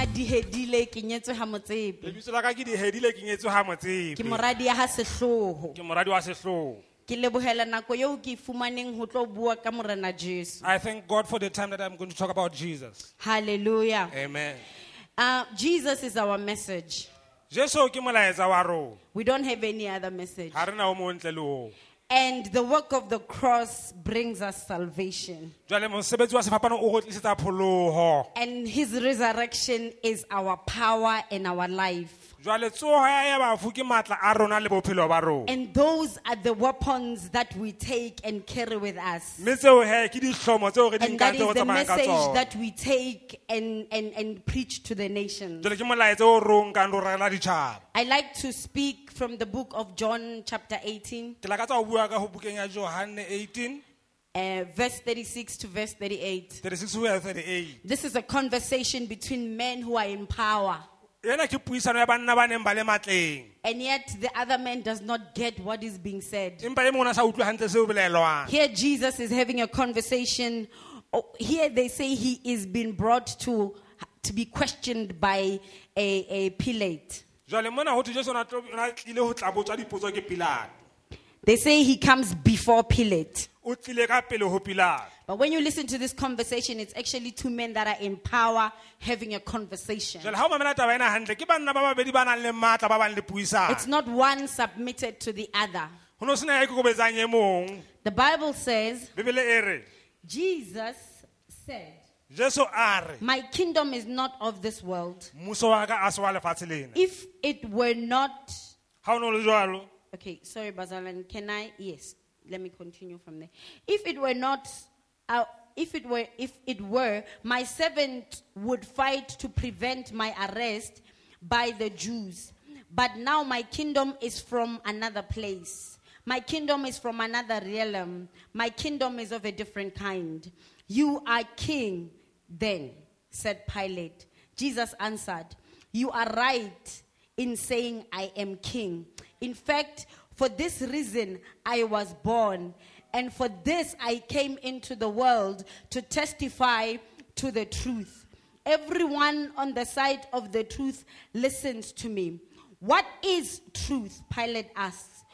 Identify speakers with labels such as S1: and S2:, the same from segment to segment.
S1: dihedile ke nyetswe ha motsebe
S2: lebitso la ka ke dihedile ke nyetswe ha motsebe
S1: ke moradi ya ha sehloho
S2: ke moradi wa sehlooho
S1: ke lebohela nako eo ke e fumaneng ho tlo bua ka morena jesu
S2: i thank god for the time that i'm going to talk about jesus
S1: halleluya
S2: amen
S1: uh, jesus is our message
S2: jesu ke molaetsa wa rona
S1: we don't have any other message
S2: ga re na o mo ntle le oo
S1: and the work of the cross brings us salvation
S2: jwale mosebetsi wa sefapano o go tlisetsa pholoho
S1: and his resurrection is our power and our life
S2: jwale tsoho ya ya bafu ke maatla a rona le bophelo ba rona
S1: and those are the weapons that we take and carry with us
S2: mme tseo he ke dihlomo tseo re di
S1: And that
S2: nkang tseo
S1: is the
S2: re tsamayang ka
S1: message
S2: tsona
S1: that we take and, and, and preach to the nations.
S2: jwale ke molaetsa o ro nkang le o rela ditšhaba
S1: I like to speak from the book of John, chapter 18,
S2: ke lakatsa go bua ka go bukeng ya johanne 18
S1: uh, verse 36 to verse 38.
S2: 36 ho ya 38
S1: This is a conversation between men who are in power,
S2: ena ke puisano ya banna ba neng ba le matleng
S1: and yet the other man does not get what is being said.
S2: empa e mongwe a sa utlwe hantle seo bolelwang
S1: Here, Jesus is having a conversation. Oh, here, they say he is being brought to, to be questioned by a, a Pilate.
S2: jwale mona ho thwe jesu o na tlo- o na tlile ho tla botswa dipotso ke pilato
S1: They say he comes before Pilate.
S2: o tlile ka pele ho pilato
S1: But when you listen to this conversation, it's actually two men that are in power having a conversation.
S2: jwale ha o mamela taba ena hantle ke banna ba babedi ba nang le matla ba bang le
S1: It's
S2: puisano
S1: not one submitted to the other.
S2: ho no sena ya ikokobetsang e mong
S1: The Bible says,
S2: bebele e re
S1: Jesus said,
S2: jesu a re
S1: My kingdom is not of this world.
S2: mmuso wa ka a se wa lefatshe lena
S1: If it were not,
S2: ha o ne o le jwalo
S1: okay, sorry, Bazalan, can I? Yes, let me continue from there. If it were not, uh, if it were, if it were, my servant would fight to prevent my arrest by the Jews. But now my kingdom is from another place. My kingdom is from another realm. My kingdom is of a different kind. You are king, then, said Pilate. Jesus answered, You are right in saying, I am king. In fact, for this reason I was born, and for this I came into the world to testify to the truth. Everyone on the side of the truth listens to me. What is truth? Pilate asks.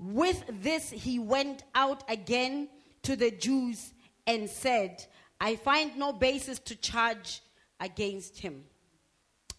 S1: With this, he went out again to the Jews and said, I find no basis to charge against him.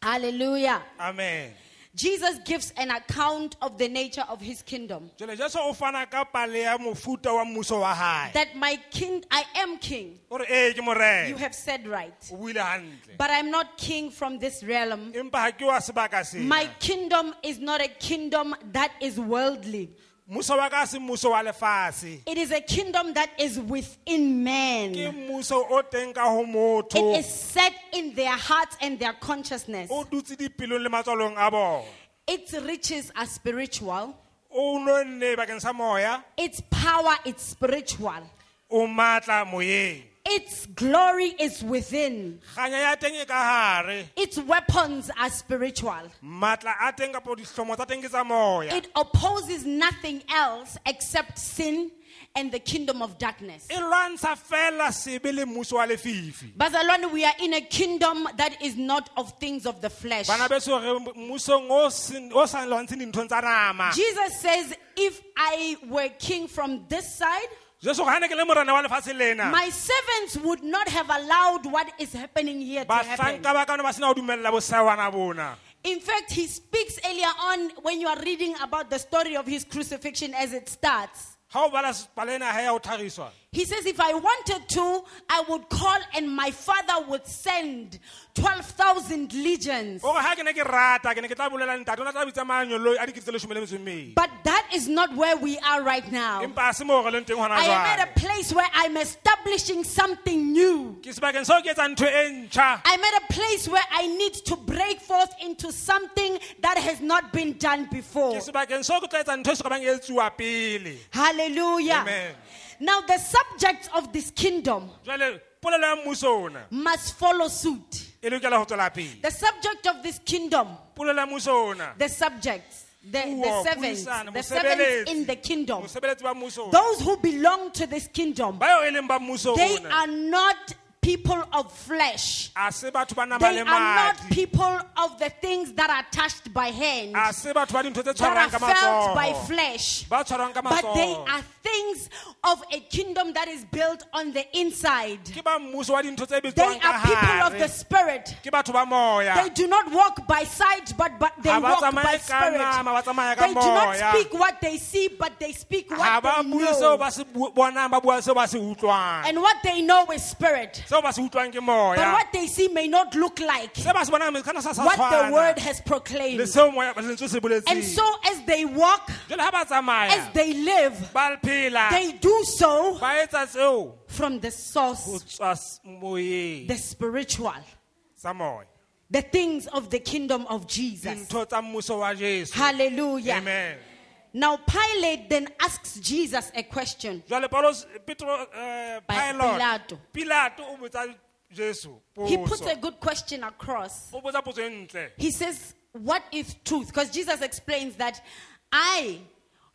S1: Hallelujah.
S2: amen
S1: Jesus gives an account of the nature of his kingdom.
S2: jwale jesu o fana ka pale ya mofuta wa mmuso wa hae
S1: That my king, I am king.
S2: o re ee ke
S1: You
S2: morena
S1: have said right.
S2: o buile hantle
S1: But I'm not king from this realm.
S2: empa ha ke wa sebaka sena
S1: My kingdom is not a kingdom that is worldly.
S2: mmuso wa ka ha se mmuso wa lefatshe
S1: It is a kingdom that is within
S2: ke
S1: man.
S2: mmuso o teng ka ho
S1: It
S2: motho
S1: is set in their hearts and their consciousness.
S2: o dutse dipelong le matswalong a bona
S1: Its riches are spiritual.
S2: o nonne bakeng sa moya
S1: Its power is spiritual.
S2: o matla moyeng
S1: Its glory is within.
S2: kganya ya teng e ka hare
S1: Its weapons are spiritual.
S2: matla a teng kapo dihlomo tsa teng ke tsa moya
S1: It opposes nothing else except sin and the kingdom of darkness.
S2: e lwantsha fela sebe le mmuso wa lefifi
S1: Bazalwane, we are in a kingdom that is not of things of the flesh.
S2: bana beso re mmusong o sen- o sa lwantsheng dinthong tsa nama
S1: Jesus says, If I were king from this side,
S2: jeso ga ne ke le morena wa lefatshe lena
S1: my servants would not have allowed what is happening here to happen.
S2: bahlanka ba kano ba sena go dumelela bosawana bona
S1: In fact, he speaks earlier on when you are reading about the story of his crucifixion as it starts.
S2: ga o bala sepala ena ga ya e go tlhagiswa
S1: He says, If I wanted to, I would call and my father would send 12,000 legions.
S2: o re ga ke ne ke rata ke ne ke tla bolelang tate o ne a tla bitsa maanyoloi a diketse lesome le mesomedi
S1: But that is not where we are right now.
S2: empa a se moo re leng teng gona
S1: I am at
S2: jwale
S1: a place where I'm establishing something new.
S2: ke sebakeng seo ke etsang ntho e ntšha
S1: I'm at a place where I need to break forth into something that has not been done before.
S2: ke sebakeng seo ke tla etsang ntho e se ka bang e tsuwa pele
S1: Hallelujah.
S2: Amen.
S1: Now, the subjects of this kingdom
S2: jale polelo ya mmuso ona
S1: must follow suit.
S2: e lokela go tswela pele
S1: The subject of this kingdom,
S2: polelo ya mmuso ona
S1: the subjects, the, the
S2: Puo,
S1: servants,
S2: puisano,
S1: the
S2: mosebeletsi.
S1: servants in the kingdom,
S2: mosebeletsi ba mmuso ona
S1: those who belong to this kingdom,
S2: bao e leng ba mmuso
S1: they
S2: ona
S1: are not people of flesh.
S2: a se batho ba nama
S1: They
S2: le
S1: are not
S2: madi
S1: people of the things that are touched by hand,
S2: a se batho ba dintho tse tshwarwang
S1: that
S2: ka
S1: are felt by
S2: matsogo
S1: flesh.
S2: ba tshwarwang ka
S1: But they
S2: matsogo
S1: are things of a kingdom that is built on the inside.
S2: ke ba mmuso wa dintho tse
S1: They
S2: bitswang
S1: are people
S2: ka
S1: of the
S2: gare
S1: spirit.
S2: ke batho ba
S1: They
S2: moya
S1: do not walk by sight, but, but they
S2: Ha ba
S1: walk by
S2: tsamaye Ah. ka nama, ba tsamaya
S1: spirit.
S2: ka
S1: They do not
S2: moya.
S1: speak what they see, but they speak
S2: ga
S1: what
S2: ba
S1: they
S2: bue seo
S1: know.
S2: ba se bu- bonang ba bua seo ba se utlwang
S1: And what they know is spirit.
S2: seo ba se utlwang ke
S1: But
S2: moya
S1: what they see may not look like
S2: se ba se bonang mekana sa sa
S1: what the word
S2: tshwana
S1: has
S2: le
S1: proclaimed.
S2: seo moya- lentswe se
S1: And
S2: boletseng
S1: so, as they walk,
S2: jale ga ba
S1: as
S2: tsamaya
S1: they live,
S2: ba phela
S1: they do so
S2: Ah. ba etsa tseo
S1: from the
S2: go
S1: source,
S2: tswa s- moyeng
S1: the spiritual,
S2: sa moya
S1: the things of the kingdom of Jesus.
S2: dintho tsa mmuso wa jesu
S1: Hallelujah.
S2: amen
S1: Now, Pilate then asks Jesus a question.
S2: jwale paulos petro eh,
S1: Pa-
S2: pilot
S1: Pilato.
S2: pilato o botsa jesu
S1: He puts a
S2: potso
S1: good question across.
S2: o botsa potso e ntle
S1: He says, What if truth? Because Jesus explains that I,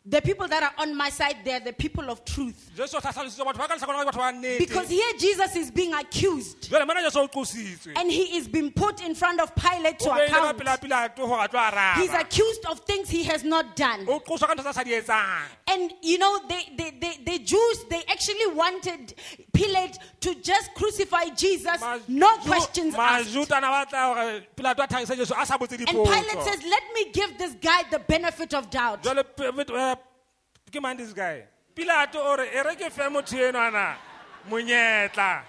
S1: the people that are on my side, they're the people of truth.
S2: jesu o tlhatlhalositse batho ba ka letlhakona batho ba
S1: Because
S2: nnete
S1: here Jesus is being accused
S2: jwale mona jesu o qositswe
S1: and he is being put in front of Pilate to
S2: o beile ka
S1: account.
S2: pela pilato gore a tlo
S1: He's
S2: araba
S1: accused of things he has not done.
S2: o qoswa ka ntho tsa sa di etsang
S1: And you know, they, they, they, the Jews, they actually wanted Pilate to just crucify Jesus, no
S2: Maju-
S1: questions asked.
S2: majutana ba tla gore pilato a thagisa jesu a sa botse
S1: And Pilate
S2: dipotso
S1: says, Let me give this guy the benefit of doubt.
S2: jwale Pe- Pet- eh, ke mang this guy pilato ore e re ke fe motho enwana monyetla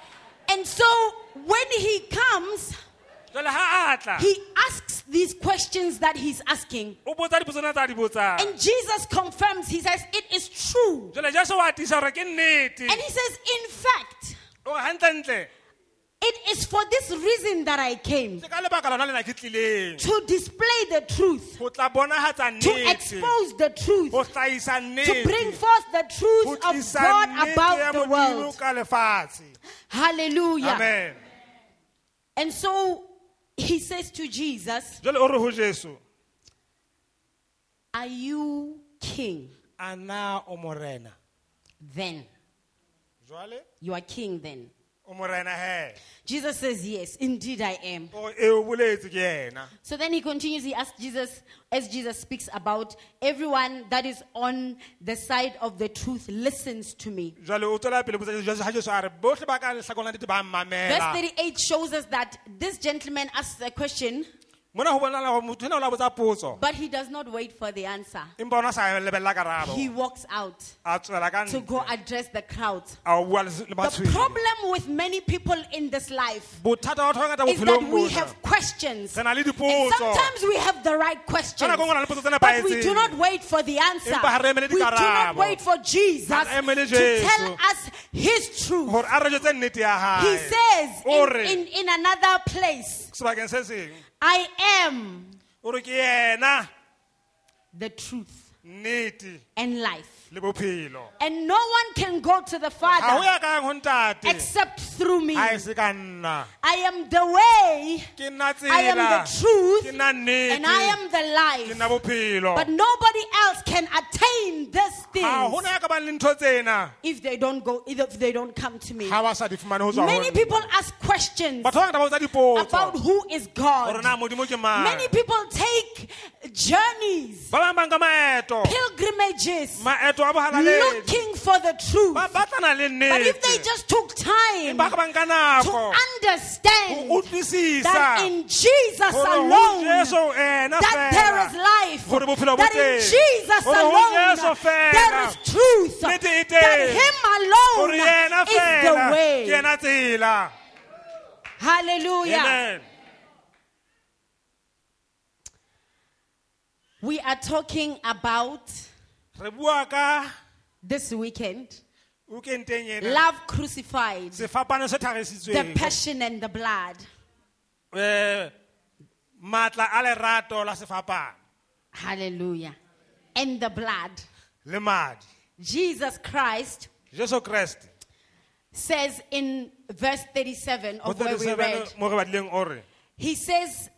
S1: And so when he comes,
S2: jwale ga a tla
S1: he asks these questions that he's asking.
S2: o botsa dipotsona tsa di botsang
S1: And Jesus confirms, he says, It is true.
S2: jale jesu wa tisa gore ke nnete
S1: And he says, In fact,
S2: ore gantlentle
S1: it is for this reason that I came
S2: ke ka lebaka lona lena ke tlileng
S1: to display the truth,
S2: go tla bonagatsa
S1: to
S2: nnete
S1: expose the truth,
S2: go tlaisa
S1: to bring
S2: nnete
S1: forth the
S2: go
S1: truth of
S2: tlisa
S1: God
S2: nnete ya
S1: about the
S2: modimo
S1: world.
S2: ka lefatshe
S1: Hallelujah.
S2: amen
S1: And so he says to Jesus,
S2: jale o re go jesu
S1: Are you king
S2: a na o morena
S1: then?
S2: jale
S1: You are king then.
S2: o morena he
S1: Jesus says, Yes, indeed I am.
S2: o e o boletse ke ena
S1: So then he continues, he asks Jesus, as Jesus speaks about everyone that is on the side of the truth listens to me.
S2: jale o tswela pele botsa jesu ga jesu a re botlhe ba ka letlhakona nnete ba
S1: Verse
S2: mmamela
S1: 38 shows us that this gentleman asks a question,
S2: mona go bonala gore motho ena o la botsa potso
S1: but he does not wait for the answer.
S2: empa ona sa lebelela karabo
S1: He walks out
S2: a tswela ka
S1: to go
S2: ntle
S1: address the crowd.
S2: a bua le
S1: The
S2: matshwenye
S1: problem with many people in this life
S2: bothata ba batho ba ngata
S1: is that
S2: bophelong
S1: we
S2: bona.
S1: have questions.
S2: Re na le
S1: And
S2: dipotso
S1: sometimes we have the right
S2: ka
S1: questions.
S2: nako e nngwe re na le potso tse
S1: But we do
S2: nepahetseng.
S1: not wait for the answer.
S2: Empa ha re emele
S1: We do not
S2: dikarabo.
S1: wait for Jesus
S2: Ha re emele
S1: to tell
S2: Jesu.
S1: us his truth.
S2: gore a re jetse nnete ya
S1: He
S2: gae
S1: says
S2: o
S1: in,
S2: re
S1: in, in another place,
S2: sebakeng se sengwe
S1: I am
S2: o re ke yena
S1: the truth
S2: nnete
S1: and life.
S2: le bophelo
S1: And no one can go to the
S2: ga go
S1: Father
S2: ya kang go ntate
S1: except through me.
S2: ga e se ka nna
S1: I am the way,
S2: ke nna
S1: I am
S2: tsela
S1: the truth,
S2: ke nna
S1: and I
S2: nnete
S1: am the
S2: ke
S1: life.
S2: nna bophelo
S1: But nobody else can attain this
S2: ga
S1: thing
S2: gona ya ka bang le ntho tsena
S1: if they don't go, if they don't come to me.
S2: ga ba sa di fumane go tswa ho
S1: Many
S2: nna.
S1: people ask questions
S2: batho ba ngata ba botsa
S1: about
S2: dipotso
S1: who is
S2: gore
S1: God.
S2: na modimo ke mang
S1: Many people take journeys,
S2: ba bang bang ka maeto
S1: pilgrimages,
S2: maeto a bohalaledi
S1: looking for the truth.
S2: ba batlana le
S1: But if they
S2: nnete
S1: just took time
S2: ba ka
S1: to
S2: banka nako
S1: understand
S2: go utlwisisa
S1: that in Jesus
S2: gore ho
S1: alone
S2: Jesu ena
S1: that there is
S2: fela.
S1: life,
S2: Gore bophelo bo
S1: that in
S2: teng.
S1: Jesus
S2: Gore ho Jesu
S1: alone
S2: fela.
S1: there is truth,
S2: Nnete e
S1: that
S2: teng.
S1: Him
S2: gore yena
S1: alone is the
S2: fela ke
S1: way.
S2: yena tsela
S1: Hallelujah.
S2: amen
S1: We are talking about
S2: re bua ka
S1: this weekend
S2: ukenteng ena
S1: love crucified,
S2: sefapano se
S1: the
S2: tlhagisitsweng
S1: passion and the blood.
S2: Eh, matla a lerato la sefapano
S1: Hallelujah. And the blood.
S2: le madi
S1: Jesus Christ
S2: jesu kreste
S1: says in verse 37
S2: Ho
S1: of where we
S2: 37
S1: read,
S2: mo re badileng o re
S1: he says,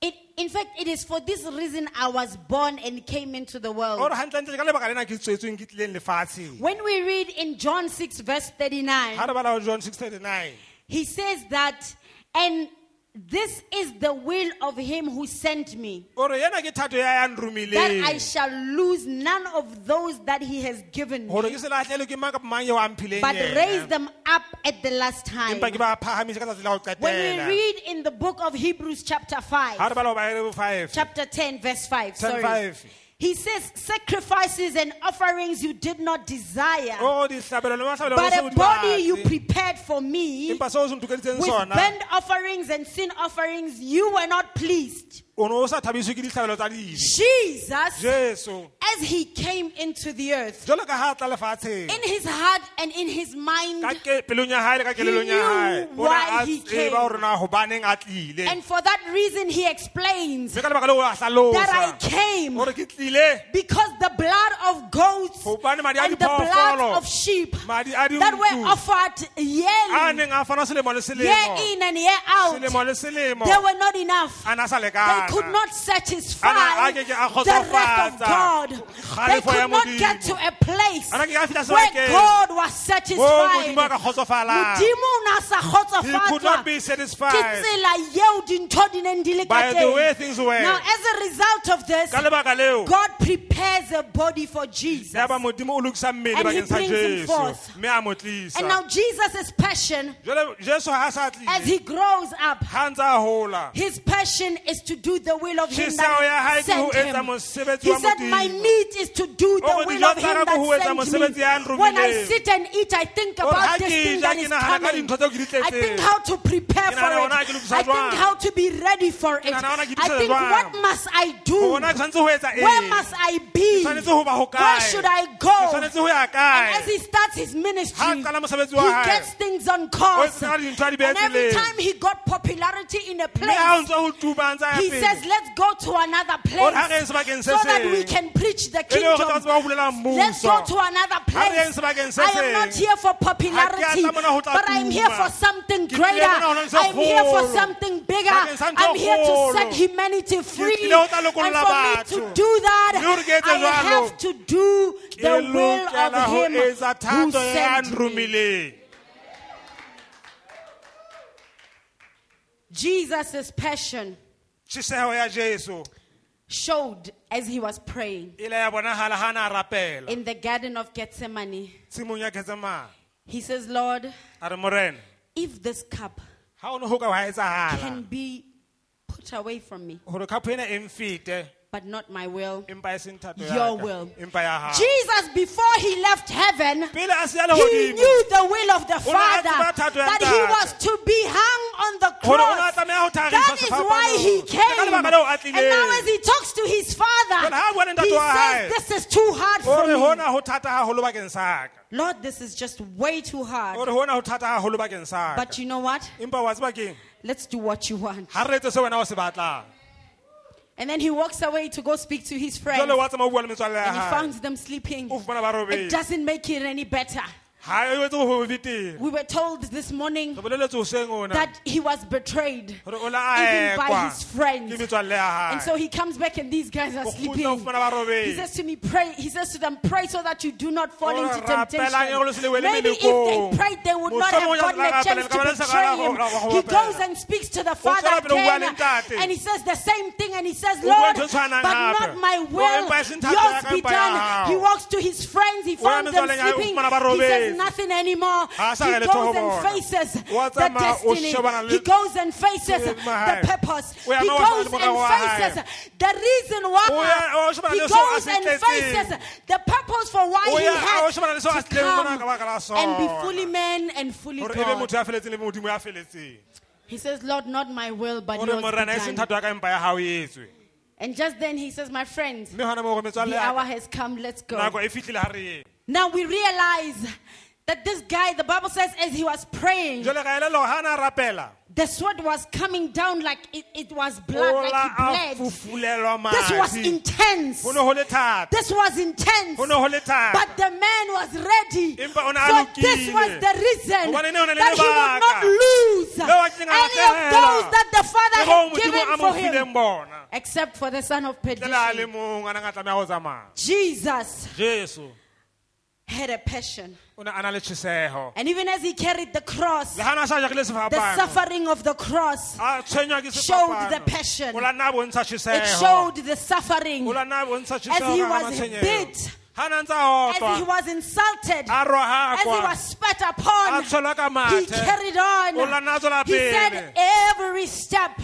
S1: it, in fact, it is for this reason I was born and came into the
S2: o
S1: world.
S2: re gantlentle ka lebaka lena ke tswetsweng ke tlileng lefatsheng
S1: When we read in John 6, verse
S2: ha
S1: 39,
S2: re bala ho john 639
S1: he says that, and this is the will of him who sent me,
S2: o re yena ke thato ya ya
S1: that I
S2: nromileng
S1: shall lose none of those that he has given me,
S2: gore ke se latlhelwe ke mang kapa mang eo a mphileng
S1: but
S2: yena.
S1: raise them up at the last time.
S2: empa ke ba phagamise ka tsatsi la go
S1: When
S2: qetela
S1: we read in the book of Hebrews, chapter
S2: ha re
S1: 5,
S2: bala go baere bo five
S1: chapter 10, verse 5,
S2: 10,
S1: sorry.
S2: five.
S1: He says, Sacrifices and offerings you did not desire,
S2: o Oh, dihlabelo le mahlabelo
S1: but
S2: ho se
S1: a body
S2: di batle.
S1: you prepared for me.
S2: empa seo o se ntokeditseng
S1: E With
S2: sona
S1: burnt offerings and sin offerings, you were not pleased.
S2: o ne o sa thabiswe ke dihlabelo tsa dibe
S1: Jesus,
S2: jesu
S1: as he came into the earth,
S2: jalo ka ha a tla lefatsheng
S1: in his heart and in his mind,
S2: ka ke- pelong ya hae le ka kelelong ya
S1: knew
S2: hae o ne
S1: why
S2: a
S1: he
S2: tseba
S1: came.
S2: hore na hobaneng a tlile
S1: and for that reason, he explains
S2: mme ka lebaka leo o a
S1: that I
S2: hlalosa
S1: came
S2: hore ke tlile
S1: because the blood of goats
S2: Hobane madi a
S1: and the blood
S2: diphoofolo,
S1: of sheep
S2: madi a
S1: that were
S2: dinku
S1: offered
S2: a
S1: yearly,
S2: neng a fana selemo le
S1: year
S2: selemo
S1: in and year out, they
S2: selemo le selemo
S1: were not enough.
S2: a ne a sa
S1: They could
S2: lekana
S1: not satisfy
S2: Ana- a
S1: the
S2: ke ke a
S1: wrath of
S2: kgotsofatsa
S1: God. They
S2: kgalefo ya
S1: could not
S2: Modimo.
S1: get to a place
S2: Ana ke ke a fihla
S1: where
S2: sebakeng.
S1: God
S2: Oh,
S1: was
S2: o modimo a
S1: satisfied.
S2: ka kgotsofalang
S1: Modimo o ne a sa
S2: he could not be
S1: kgotsofatswa ke
S2: satisfied
S1: tsela eo dintho di neng di le
S2: by
S1: ka
S2: the way
S1: teng.
S2: things were
S1: Now, as a result of this,
S2: ka lebaka leo
S1: God prepares a body for Jesus.
S2: ya ba modimo o lokisa mmele
S1: And he
S2: bakeng sa
S1: brings him
S2: jesu
S1: forth.
S2: mme a mo
S1: And
S2: tlisa
S1: now Jesus' passion,
S2: jale jesu ha a sa
S1: as
S2: tlile
S1: he grows up,
S2: ha a ntse a hola
S1: his passion is to do the will of him
S2: tjheseho ya hae
S1: that
S2: ke ho
S1: sent
S2: etsa
S1: him.
S2: mosebetsi
S1: He
S2: wa
S1: said, my
S2: Modimo."
S1: meat is to do the
S2: O re,
S1: will
S2: "Dijo
S1: of him
S2: tsa ka ke ho etsa
S1: that sent
S2: mosebetsi ya
S1: me. When I
S2: nromileng."
S1: sit and eat, I think
S2: O re, "Ha
S1: about
S2: ke
S1: this thing
S2: ja,
S1: that
S2: ke
S1: is
S2: nahana ka
S1: coming.
S2: dintho tseo ke di
S1: I
S2: tletseng.
S1: think how to prepare
S2: Ke
S1: for
S2: nahana hona ke
S1: it.
S2: lokisa
S1: I think
S2: jwang.
S1: how to be ready for it.
S2: nahana hona ke
S1: I
S2: lokisa
S1: think
S2: jwang.
S1: what must I do?
S2: gona tshwanetse ho etsa
S1: Where
S2: eng
S1: must I
S2: Ke
S1: be?
S2: tshwanetse ho ba ho
S1: Where
S2: kae
S1: should I
S2: Ke
S1: go?
S2: tshwanetse ho ya
S1: And as
S2: kae
S1: he starts his ministry,
S2: Ha qala mosebetsi wa
S1: he
S2: hae.
S1: gets things on
S2: O
S1: course.
S2: etsa dintho a di
S1: And
S2: behe
S1: every
S2: tseleng.
S1: time he got popularity in a
S2: mme ha
S1: place,
S2: o ntse ho tuba a ntse a ya
S1: he
S2: pele.
S1: says, Let's go to another
S2: O re, "Ha re
S1: place
S2: yeng sebakeng
S1: so
S2: se
S1: that we
S2: seng."
S1: can preach the
S2: E le hore re tla
S1: kingdom.
S2: tseba ho bulela
S1: Let's go to
S2: mmuso
S1: another
S2: Ha re yeng sebakeng
S1: place.
S2: se
S1: I am
S2: seng.
S1: not here for popularity,
S2: mona ho tla
S1: but I'm here
S2: tuma.
S1: for something
S2: Ke tlile
S1: greater.
S2: mona ho ntsha
S1: I'm here for
S2: kgolo.
S1: something bigger.
S2: Bakeng sa ntho
S1: I'm here to
S2: kgolo.
S1: set humanity free.
S2: tlile ho tla
S1: And for
S2: lokolla
S1: me
S2: batho.
S1: to do
S2: Mme hore ke
S1: that,
S2: etse
S1: I
S2: jwalo.
S1: have to do
S2: Ke
S1: the will
S2: E lokela ho
S1: of him
S2: etsa
S1: who
S2: thato e ya
S1: sent me.
S2: nromileng
S1: Jesus' passion
S2: tjheseho ya jesu
S1: showed as he was praying
S2: e la ya bonahala ha a na a rapela
S1: in the Garden of Gethsemane.
S2: tshimong ya ketsemane
S1: He says, Lord,
S2: a re morena
S1: if this cup
S2: ha o ne ho ka wa
S1: can
S2: etsahala
S1: be put away from me,
S2: hore khapo ena e mfete
S1: but not my will.
S2: empa e seng thato
S1: Your
S2: ya ka,
S1: will.
S2: empa ya hao
S1: Jesus, before he left heaven,
S2: pele a siya
S1: he
S2: lehodimo
S1: knew the will of the
S2: O ne a tseba
S1: Father
S2: thato ya
S1: that he
S2: Ntate.
S1: was to be hung on the
S2: Hore o ne a
S1: cross.
S2: tlameha ho thariswa
S1: That is why he
S2: sefapanong.
S1: came.
S2: Ke ka lebaka leo a tlileng.
S1: And now, as he talks to his
S2: Jwale ha a bua le
S1: father,
S2: ntate
S1: he
S2: wa hae.
S1: says, This is too hard
S2: o re
S1: for me.
S2: hona ho thata haholo bakeng sa ka
S1: Lord, this is just way too
S2: o
S1: hard.
S2: re hona ho thata haholo bakeng sa ka
S1: But you know what?
S2: empa wa tseba keng
S1: Let's do what you want.
S2: ha re etse se wena o se batlang
S1: And then he walks away to go speak to his friends.
S2: jalo wa tsamaya o bua le metswalle ya
S1: And he
S2: hae
S1: Uh-huh. found them sleeping.
S2: o fumana ba
S1: It
S2: robetse
S1: doesn't make it any better.
S2: ha e etse ho betere
S1: We were told this morning
S2: re boleletse hoseng ona
S1: that he was betrayed.
S2: hore o la
S1: Even by
S2: aekwa
S1: his friends.
S2: ke metswalle ya
S1: And
S2: hae
S1: so he comes back and these guys are
S2: o kgutla o
S1: sleeping.
S2: fumana ba
S1: He
S2: robetse
S1: says to me, pray. He says to them, pray so that you do not fall
S2: Ora
S1: into
S2: rapelang e holo se
S1: temptation.
S2: le wele
S1: Maybe if
S2: melekong.
S1: they prayed, they would not
S2: Mohlomong
S1: have
S2: ya
S1: gotten a
S2: rapela,
S1: chance
S2: ka ba le
S1: to
S2: sa ka la
S1: betray
S2: go- la go
S1: him. He
S2: rapela.
S1: goes and speaks to the father
S2: tswela pele o bua le
S1: again,
S2: ntate.
S1: and he says the same thing. And he says,
S2: O
S1: Lord,
S2: bua
S1: but
S2: ntho e tshwanang
S1: not
S2: hape.
S1: my
S2: O
S1: will,
S2: empa e seng thato ya
S1: yours
S2: ka,
S1: be
S2: empa ya
S1: done.
S2: hao.
S1: He walks to his friends. He
S2: ya
S1: finds them
S2: metswalle ya hae, o
S1: sleeping.
S2: fumana ba
S1: He says
S2: robetse.
S1: nothing anymore.
S2: Ha a sa
S1: He
S2: re le
S1: goes
S2: hlooho
S1: and
S2: bona.
S1: faces
S2: Wa
S1: the
S2: tsamaya, o
S1: destiny.
S2: shebana le-
S1: He goes and faces
S2: Ke
S1: the
S2: mahae.
S1: purpose.
S2: O ya
S1: He
S2: ma wa shebana
S1: goes
S2: le morao wa
S1: and
S2: hae.
S1: faces the reason
S2: O ya-
S1: why
S2: o shebana
S1: he
S2: le seo a
S1: goes
S2: se
S1: and
S2: tletseng.
S1: faces the purpose for why
S2: O
S1: he
S2: ya- o
S1: had
S2: shebana le seo a se
S1: to
S2: tletseng ka baka la
S1: come and be
S2: sona.
S1: fully man and fully
S2: hore ebe
S1: God.
S2: motho ya feletseng le modimo ya feletseng
S1: He says, Lord, not my will, but
S2: hore
S1: yours
S2: morena e
S1: be
S2: seng
S1: done.
S2: thato ya ka empa ya hao e etswe
S1: And just then he says, my friends,
S2: mme hona moo hore metswalle
S1: the
S2: ya
S1: hour
S2: ka,
S1: has come, let's go.
S2: nako e fihlile ha re eng
S1: Now we realize that this guy, the Bible says, as he was praying,
S2: jwale ka elelo ha a na rapela
S1: the sword was coming down like it, it was blood,
S2: o la
S1: like
S2: a
S1: he bled.
S2: fufulelwa
S1: This was
S2: madi
S1: intense.
S2: ho ne ho le thata
S1: This was intense.
S2: ho ne ho le thata
S1: But the man was ready.
S2: Empa o ne a
S1: So this
S2: lokile.
S1: was the reason
S2: Hobane ne ho na le
S1: that he would
S2: lebaka.
S1: not lose
S2: Leo a kileng a
S1: any of
S2: lahlehelwa.
S1: those that the Father
S2: ke
S1: had
S2: go modimo a
S1: given
S2: mo
S1: for him,
S2: fileng bona
S1: except for the son of
S2: jale a le
S1: perdition.
S2: mong a neng a tlameya ho tsamaya
S1: Jesus
S2: jesu
S1: had a passion.
S2: o ne a na le tjheseho
S1: And even as he carried the cross,
S2: le gana a sa jagile
S1: the
S2: sefapano
S1: suffering of the cross,
S2: a tshwenywa ke
S1: showed
S2: sefapano.
S1: the passion.
S2: o la nna a bontsha
S1: it
S2: tjheseho
S1: showed the suffering.
S2: o la nna a bontsha
S1: As he
S2: tjheseho
S1: was
S2: matshwenyeho
S1: bit.
S2: ga na ntse
S1: As
S2: a
S1: he
S2: otlwa
S1: was insulted,
S2: a
S1: as he
S2: rohakwa
S1: was spat
S2: a
S1: upon,
S2: tshelwa ka
S1: he
S2: mathe
S1: carried on.
S2: O la nna a tswela
S1: He
S2: pele.
S1: said, Every step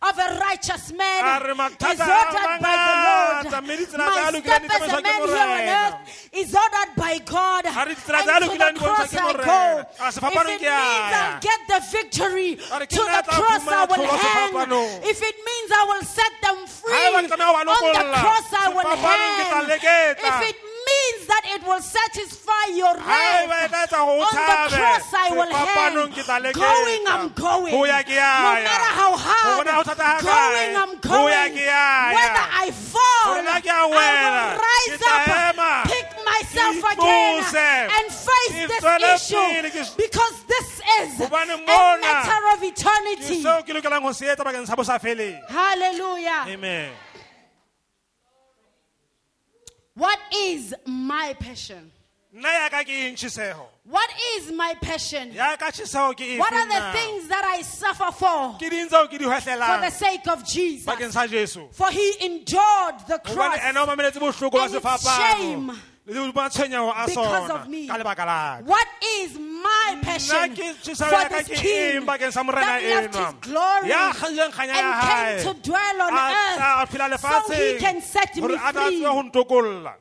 S1: of a righteous man
S2: A re mathata
S1: is ordered by
S2: a
S1: the
S2: mangata,
S1: Lord.
S2: mme ditsela tsa
S1: My
S2: lokileng
S1: step
S2: di
S1: as
S2: tsamaiswa
S1: a
S2: ke
S1: man here on
S2: Morena.
S1: earth is ordered by God.
S2: Ha re
S1: And
S2: ditsela tsa
S1: to the
S2: lokileng di
S1: cross
S2: bontshwa
S1: I
S2: ke
S1: go.
S2: Morena. A
S1: If
S2: sefapano
S1: it means
S2: ke ya ya.
S1: I'll get the victory,
S2: A re ke
S1: to
S2: nna
S1: the
S2: tla
S1: cross I
S2: fumana
S1: will
S2: tjhoba
S1: hang.
S2: sefapanong.
S1: If it means I will set them free,
S2: Ha eba ke tlameha ho ba
S1: on the
S2: lokolla,
S1: cross I will
S2: sefapanong ke tla
S1: hang.
S2: leketla.
S1: If it means that it will satisfy your
S2: Haeba e
S1: wrath,
S2: tla etsa hore o
S1: on the
S2: thabe,
S1: cross I will
S2: sefapanong ke tla
S1: hang.
S2: leketla.
S1: Going, I'm going.
S2: Ho
S1: No
S2: ya ke ya ya.
S1: matter how
S2: Ho
S1: hard.
S2: bona ho thata ha
S1: Going,
S2: kae.
S1: I'm
S2: Ho ya
S1: going.
S2: ke ya ya.
S1: Whether I fall,
S2: Ho na
S1: I
S2: ke ya wela.
S1: will
S2: Ke
S1: rise
S2: tla
S1: up,
S2: ema.
S1: pick myself
S2: Ke
S1: again,
S2: ipuse.
S1: and face
S2: Ke
S1: this
S2: tswele pele.
S1: issue
S2: Ke-
S1: because this is a
S2: Hobane mona
S1: matter of
S2: ke
S1: eternity.
S2: seo ke lokelang ho se etsa bakeng sa bosa feleng
S1: Hallelujah.
S2: amen
S1: What is my passion?
S2: nna ya ka ke eng tjheseho
S1: What is my passion?
S2: ya ka tjheseho ke efe
S1: What are
S2: na?
S1: the things that I suffer for
S2: ke ding tseo ke di
S1: for the
S2: hwehlelang
S1: sake of Jesus?
S2: bakeng sa jesu
S1: For he endured the
S2: gobane ene
S1: cross.
S2: o mameletse bohloko ba
S1: And its shame.
S2: sefapano le hodima tshwenyeho a
S1: Because of
S2: sona
S1: me.
S2: ka lebaka laka
S1: What is my passion
S2: ke tjheseho ya
S1: for
S2: ka
S1: this
S2: ke
S1: king
S2: eng bakeng sa morena
S1: that left
S2: enwa?
S1: his glory
S2: Ya kgannang kganya ya
S1: and
S2: hae.
S1: came to dwell on
S2: a tla a
S1: earth
S2: phela
S1: so he can
S2: lefatsheng
S1: set me
S2: hore a tla tsebe ho
S1: free?
S2: ntokolla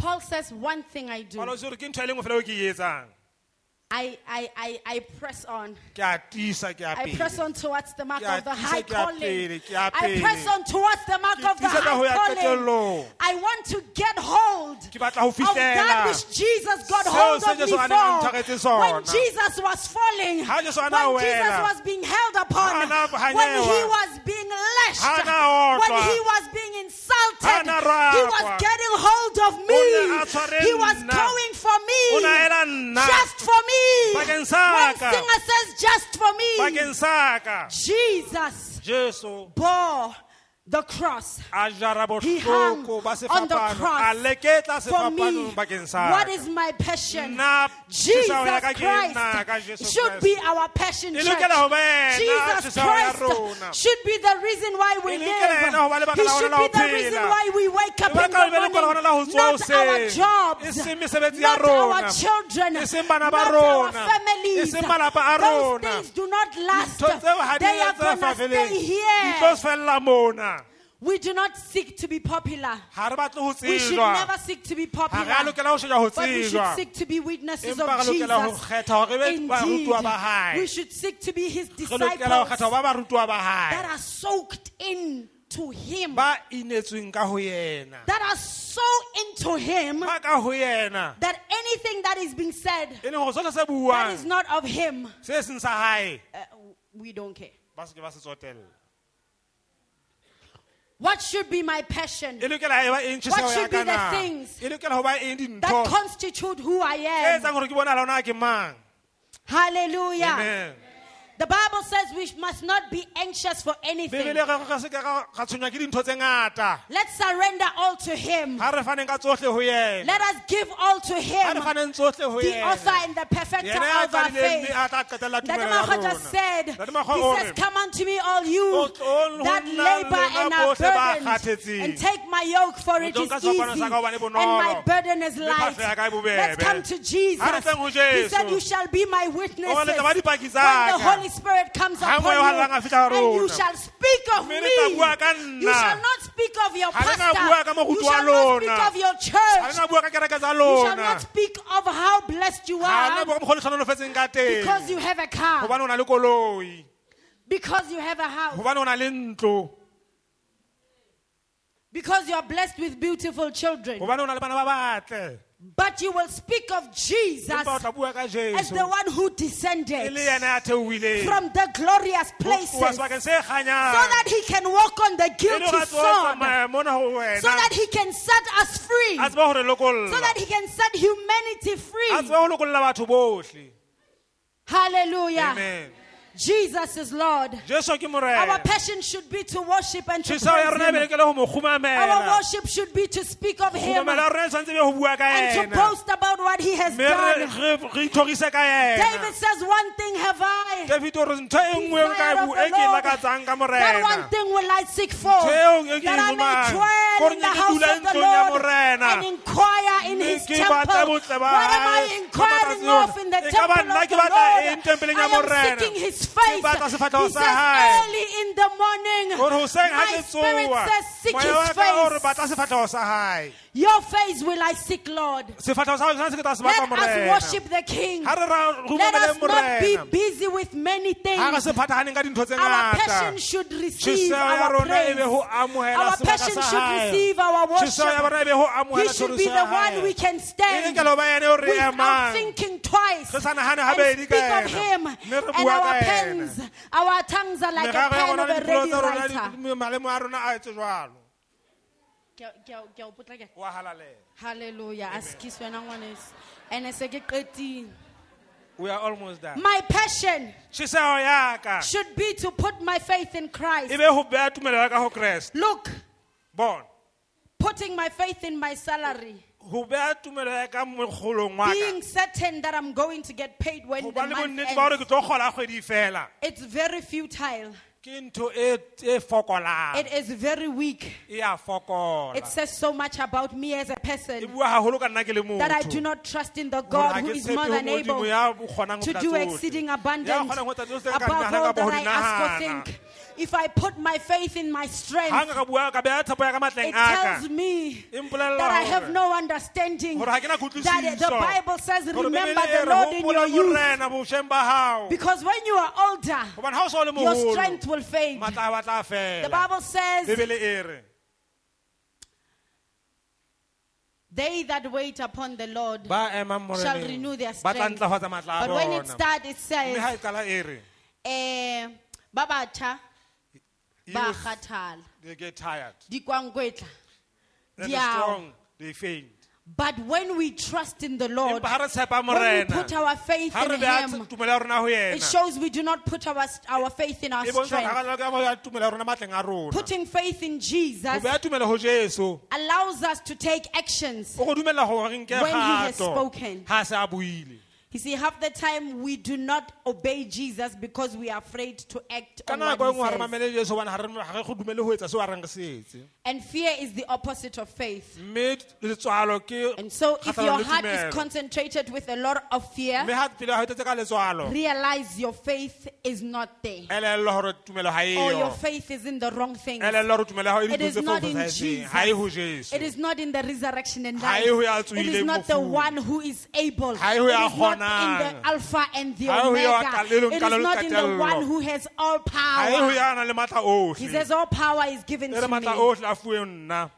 S1: Paul says, One thing I do,
S2: palose gore ke ntho e le nngwe fela o ke e etsang
S1: I, I, I, I press on.
S2: ke a tisa ke a
S1: I press
S2: pele
S1: on towards the mark
S2: Ke a
S1: of the
S2: tiisa,
S1: high
S2: ke a
S1: calling.
S2: pele, ke
S1: I
S2: a pele.
S1: press on towards the mark
S2: Ke
S1: of the
S2: tiisa ka ho ya
S1: high calling.
S2: qetellong.
S1: I want to get hold
S2: Ke batla ho
S1: of that
S2: fihlela.
S1: which Jesus got
S2: Seo
S1: hold
S2: se
S1: of me
S2: Jesu a neng a ntshwaretse
S1: for.
S2: sona.
S1: When Jesus was falling,
S2: Ha Jesu a na
S1: when Jesus
S2: wela.
S1: was being held
S2: Ha
S1: upon,
S2: na
S1: when
S2: hanyewa.
S1: he was being lashed,
S2: Ha na
S1: when
S2: otlwa.
S1: he was being
S2: Ha
S1: insulted,
S2: na
S1: he was
S2: rakwa.
S1: getting hold of me.
S2: ne a tshware
S1: He was
S2: nna.
S1: going for
S2: o na
S1: me.
S2: ela nna
S1: Just for me. When
S2: Bakeng sa ka.
S1: singer says just for me,
S2: bakeng sa ka
S1: Jesus
S2: jesu
S1: bore the cross
S2: a jara
S1: He hung
S2: bohloko ba
S1: on the
S2: sefapano a
S1: cross
S2: leketla
S1: for me.
S2: sefapanong bakeng sa
S1: What is my passion?
S2: Nna,
S1: Jesus
S2: tjheseho ya ka ke nna, ka
S1: Christ
S2: Jesu
S1: should
S2: Kreste.
S1: be our passion.
S2: E
S1: Church.
S2: lokela ho ba yena,
S1: Jesus
S2: tjheseho ya
S1: Christ
S2: rona.
S1: should be the reason why we
S2: E lokela yena ho ba
S1: live.
S2: lebaka
S1: He
S2: la
S1: should
S2: rona la
S1: be
S2: ho
S1: the
S2: phela.
S1: reason why we wake up
S2: Lebaka
S1: in the
S2: le lebaka la rona la ho
S1: morning.
S2: tsoha
S1: Not our
S2: hoseng. E
S1: jobs,
S2: seng mesebetsi ya
S1: not our
S2: rona.
S1: children,
S2: E seng
S1: not
S2: bana ba
S1: our
S2: rona.
S1: families.
S2: E seng malapa a
S1: Those
S2: rona.
S1: things do not last.
S2: ntho tseo ha di
S1: They are
S2: tse
S1: going to
S2: fafeleng.
S1: stay
S2: Di tlo
S1: here.
S2: fella mona
S1: We do not seek to be popular.
S2: ha re batle ho
S1: We should
S2: tsejwa
S1: never seek to be
S2: ha re a
S1: popular.
S2: lokela ho shejwa ho
S1: But we should
S2: tsejwa
S1: seek to be witnesses
S2: Empa
S1: of
S2: re lokela ho
S1: Jesus.
S2: kgetha hore re be
S1: Indeed,
S2: barutwa ba hae.
S1: we should seek to be his
S2: re lokela ho
S1: disciples
S2: kgetha ho ba barutwa ba
S1: that
S2: hae
S1: are soaked in to him,
S2: ba inetsweng ka ho yena
S1: that are so into him
S2: ba ka ho yena
S1: that anything that is being said
S2: e leng hore sohle se
S1: that is
S2: buang
S1: not of him,
S2: se seng sa hae
S1: uh, we don't care.
S2: ba se ke ba se tsotella
S1: What should be my passion
S2: e lokela e ba eng tjheseho
S1: What
S2: ya
S1: should be the
S2: ka na
S1: things
S2: e lokela ho ba eng
S1: that
S2: dintho
S1: constitute who I
S2: e
S1: am?
S2: etsang hore ke bona la ona ke mang
S1: Hallelujah.
S2: amen
S1: The Bible says we must not be anxious for anything.
S2: bebele re se ke ra ra tshwenywa ke dintho tse ngata
S1: Let's surrender all to him.
S2: ha re faneng ka tsohle ho yena
S1: Let us give all to
S2: ha re
S1: him.
S2: faneng tsohle ho
S1: the author
S2: yena
S1: and the perfecter
S2: yena ya
S1: of our
S2: tsadileng mme
S1: faith.
S2: a tla qetella tumelo ya
S1: Dademacho just
S2: rona
S1: said, He
S2: Dademacho o
S1: says,
S2: re,
S1: Come unto me, all you
S2: O tlo
S1: that
S2: lona
S1: labor
S2: lona
S1: and are
S2: bohle ba
S1: burdened,
S2: kgathetseng.
S1: and take my yoke, for it
S2: Ho tlo
S1: is
S2: ka
S1: easy,
S2: sefapano sa ka hobane
S1: and
S2: bonolo.
S1: my burden is light.
S2: phatleha ka e bobebe.
S1: Let's come to
S2: Ha re tleng ho
S1: Jesus. He
S2: Jesu.
S1: said, You shall be my witnesses
S2: O
S1: when
S2: re
S1: the
S2: tla ba dipaki tsaka.
S1: Holy Spirit comes
S2: Ha
S1: upon
S2: moya o hallang a
S1: you,
S2: fihla ho
S1: and you
S2: rona.
S1: shall speak of
S2: Mme le tla
S1: me.
S2: bua ka
S1: You
S2: nna.
S1: shall not speak of your
S2: Ha re na bua ka
S1: pastor. You
S2: moruti wa
S1: shall not
S2: lona.
S1: speak of your
S2: ha re
S1: church.
S2: na bua ka kereke tsa
S1: You shall
S2: lona
S1: not speak of how blessed you
S2: ha re na
S1: are
S2: bua ka mokgwa o le hlohonolofetseng ka teng
S1: because you have a car,
S2: hobane o na le koloi
S1: because you have a house,
S2: hobane o na le ntlo
S1: because you are blessed with beautiful children.
S2: hobane o na le bana ba batle
S1: But you will speak of Jesus
S2: empa o tla bua ka
S1: as
S2: jesu
S1: the one who
S2: e
S1: descended
S2: le yena ya theohileng
S1: from the glorious
S2: Ho tloha
S1: places so
S2: sebakeng se kganyang
S1: that he can walk on the
S2: e le
S1: guilty
S2: hore a tlohe a
S1: sword,
S2: tsamaya mona ho
S1: so that
S2: wena
S1: he can set us free,
S2: a tseba hore
S1: so
S2: lokolla
S1: that he can set humanity
S2: a
S1: free.
S2: tseba ho lokolla batho bohle
S1: Hallelujah.
S2: amen
S1: Jesus is Lord.
S2: jesu ke
S1: Our
S2: morena
S1: passion should be to worship and to praise
S2: tšhesao ya rona e
S1: him.
S2: belekele go mo
S1: Our
S2: kgumamela
S1: worship should be to speak of him
S2: kgumamela ya rona e tshwanetse be go bua ka
S1: and to
S2: ena
S1: boast about what he has
S2: mme re-
S1: done.
S2: re re itlhogise ka
S1: David
S2: ena
S1: says, One thing have I,
S2: david ore ntho e nngwe nka e
S1: desired
S2: bu-
S1: of the
S2: e ke e
S1: Lord,
S2: lakatsang ka
S1: that one
S2: morena
S1: thing will I seek for,
S2: Ntho eo e ke e
S1: that I
S2: humang,
S1: may
S2: kore
S1: dwell in the
S2: ke
S1: house
S2: dule
S1: of the
S2: ntlong ya
S1: Lord
S2: morena.
S1: and inquire in
S2: Mme
S1: his
S2: ke batle
S1: temple.
S2: botle
S1: What am
S2: ba
S1: I
S2: hae ka
S1: inquiring
S2: matsatsi
S1: of
S2: ohle.
S1: in the
S2: E ka
S1: temple
S2: ba
S1: of the
S2: nna
S1: Lord?
S2: ke batla eng tempeleng ya
S1: I am
S2: morena?
S1: seeking his
S2: Ke batla
S1: face.
S2: sefatlhego
S1: He
S2: sa
S1: says,
S2: hae.
S1: Early in the morning,
S2: gore goseng ga
S1: my
S2: ke
S1: spirit
S2: tsoa
S1: says, Seek
S2: moya wa
S1: his
S2: ka ore batla
S1: face.
S2: sefatlhego sa gae
S1: Your face will I seek, Lord.
S2: sefatlhego sa gae se ke tla se batla
S1: Let
S2: morena
S1: us worship the King.
S2: ga re ra
S1: Let
S2: rumele
S1: us not be
S2: morena
S1: busy with many
S2: ga re
S1: things.
S2: se phathaganeng ka dintho tse
S1: Our
S2: ngata
S1: passion should receive
S2: tšheseo ya
S1: our
S2: rona e be
S1: praise.
S2: go amogela
S1: Our
S2: sebaka
S1: passion
S2: sa
S1: should
S2: gae
S1: receive our
S2: tšheseo ya
S1: worship.
S2: rona e be go
S1: He
S2: amogela
S1: should be
S2: tšhoriso
S1: the
S2: ya
S1: one we
S2: gae
S1: can
S2: e leng
S1: stand
S2: ka loba ene o re
S1: without
S2: emang
S1: thinking twice
S2: re
S1: and
S2: sa nagane gabedi
S1: speak
S2: ka
S1: of him.
S2: ena mme re
S1: And
S2: bua ka
S1: our
S2: ena
S1: pens, our tongues are like a
S2: meraro ya
S1: pen
S2: rona
S1: of
S2: le
S1: a
S2: dipelo
S1: ready
S2: tsa rona
S1: writer.
S2: di- malemo a rona a etse jalo
S1: Ke- ke- ke o potlaka-
S2: o a galalela
S1: Hallelujah. Askis wena ngwaneso. Ene se ke qetile.
S2: we are almost done
S1: My passion
S2: tšheseo yaka
S1: should be to put my faith in
S2: e
S1: Christ.
S2: be go beya tumelo ya ka go keresete
S1: Look,
S2: bona
S1: putting my faith in my salary.
S2: go beya tumelo ya ka mogolong wa
S1: being
S2: ka
S1: certain that I'm going to get paid when
S2: go
S1: the
S2: ba le
S1: month
S2: bonnete ba gore ke Ah.
S1: ends.
S2: tlo kgola kgwedi fela
S1: It's very futile.
S2: ke ntho e- e fokolang
S1: It is very weak.
S2: e a
S1: It
S2: fokola
S1: says so much about me as a
S2: e
S1: person
S2: bua gagolo ka nna ke le
S1: that I do
S2: motho
S1: not trust in the
S2: Gore
S1: God
S2: ha
S1: who
S2: ke
S1: is
S2: tshepe
S1: more
S2: ho
S1: than
S2: Modimo
S1: able
S2: ya kgonang ho
S1: to
S2: tla
S1: do
S2: tsohle.
S1: exceeding
S2: Ya
S1: abundant
S2: kgonang ho tla tsohle
S1: above
S2: tse ka dinahana
S1: all
S2: kapa ho
S1: that I
S2: di
S1: ask or
S2: nahana.
S1: think. If I put my faith in my
S2: ga nka
S1: strength,
S2: ka bua ka beya tshepo ya ka matleng
S1: it
S2: a ka
S1: tells me
S2: e
S1: that I
S2: mpolelela
S1: have no understanding.
S2: Gore ha ke na kutlwisiso.
S1: That the Bible says,
S2: Gore
S1: remember
S2: Bebele e
S1: the
S2: re,
S1: Lord in your
S2: "Hopola
S1: youth.
S2: morena bošweng ba gago
S1: Because when you are older,
S2: gobane ga o sa o le
S1: your
S2: mogolo
S1: strength will fade.
S2: maatla a batla a
S1: The
S2: fela
S1: Bible says,
S2: bebele e re
S1: They that wait upon the Lord
S2: ba emang
S1: shall
S2: moreneng
S1: renew their
S2: ba tla
S1: strength.
S2: ntlafatsa maatla a
S1: But when it
S2: bona
S1: starts, it
S2: mme ga
S1: says,
S2: e qala e re
S1: eh, ba batjha ba
S2: "Youth,
S1: kgathala,
S2: they get tired
S1: di kwangkwetla,
S2: and
S1: di
S2: the
S1: a-
S2: strong they faint
S1: But when we trust in the Lord,
S2: empa ga re tshepa
S1: when we put
S2: morena
S1: our faith
S2: ga re
S1: in
S2: beya
S1: Him,
S2: tumelo ya rona go
S1: it
S2: ena
S1: shows we do not put our, our faith in our
S2: e bontsha
S1: strength.
S2: gagaloka tumelo ya rona matleng a rona
S1: Putting faith in
S2: go
S1: Jesus
S2: beya tumelo go jeso
S1: allows us to take actions.
S2: o go dumela gore nke
S1: When he has
S2: gato
S1: spoken.
S2: ga se a buile
S1: You see, half the time we do not obey Jesus because we are afraid to act
S2: ka
S1: on
S2: nako e nngwe
S1: what
S2: ga
S1: he
S2: re
S1: says.
S2: mamele jeso gobane ga re- ga re go dumele go etsa seo a reng re se etse
S1: And fear is the opposite of faith.
S2: mme letswalo ke
S1: And so, if
S2: kgahlano
S1: your
S2: le
S1: heart is
S2: tumelo.
S1: concentrated with a lot of
S2: mme
S1: fear,
S2: ga pele ga etsetse ka letswalo
S1: realize your faith is not there,
S2: elello gore tumelo ga
S1: or your
S2: eyo
S1: faith is in the wrong thing.
S2: elello gore tumelo ya gago e
S1: It is
S2: dintho
S1: not
S2: tse
S1: in
S2: fosagetseng
S1: Jesus.
S2: ga e go jeso
S1: It is not in the resurrection and
S2: Ha
S1: life.
S2: e ho ya
S1: It is
S2: tswileng
S1: not the
S2: mofung.
S1: one who is able. It
S2: Ha e ho ya
S1: is not in
S2: kgonang.
S1: the Alpha and the
S2: Ha e ho ya
S1: Omega.
S2: qalelong
S1: It is
S2: ka le
S1: not in the
S2: qetello.
S1: one who has all
S2: ga e go
S1: power.
S2: yana le maatla
S1: He
S2: otlhe
S1: says, All power is given
S2: e re
S1: to
S2: maatla
S1: me.
S2: otlhe a fuwe nna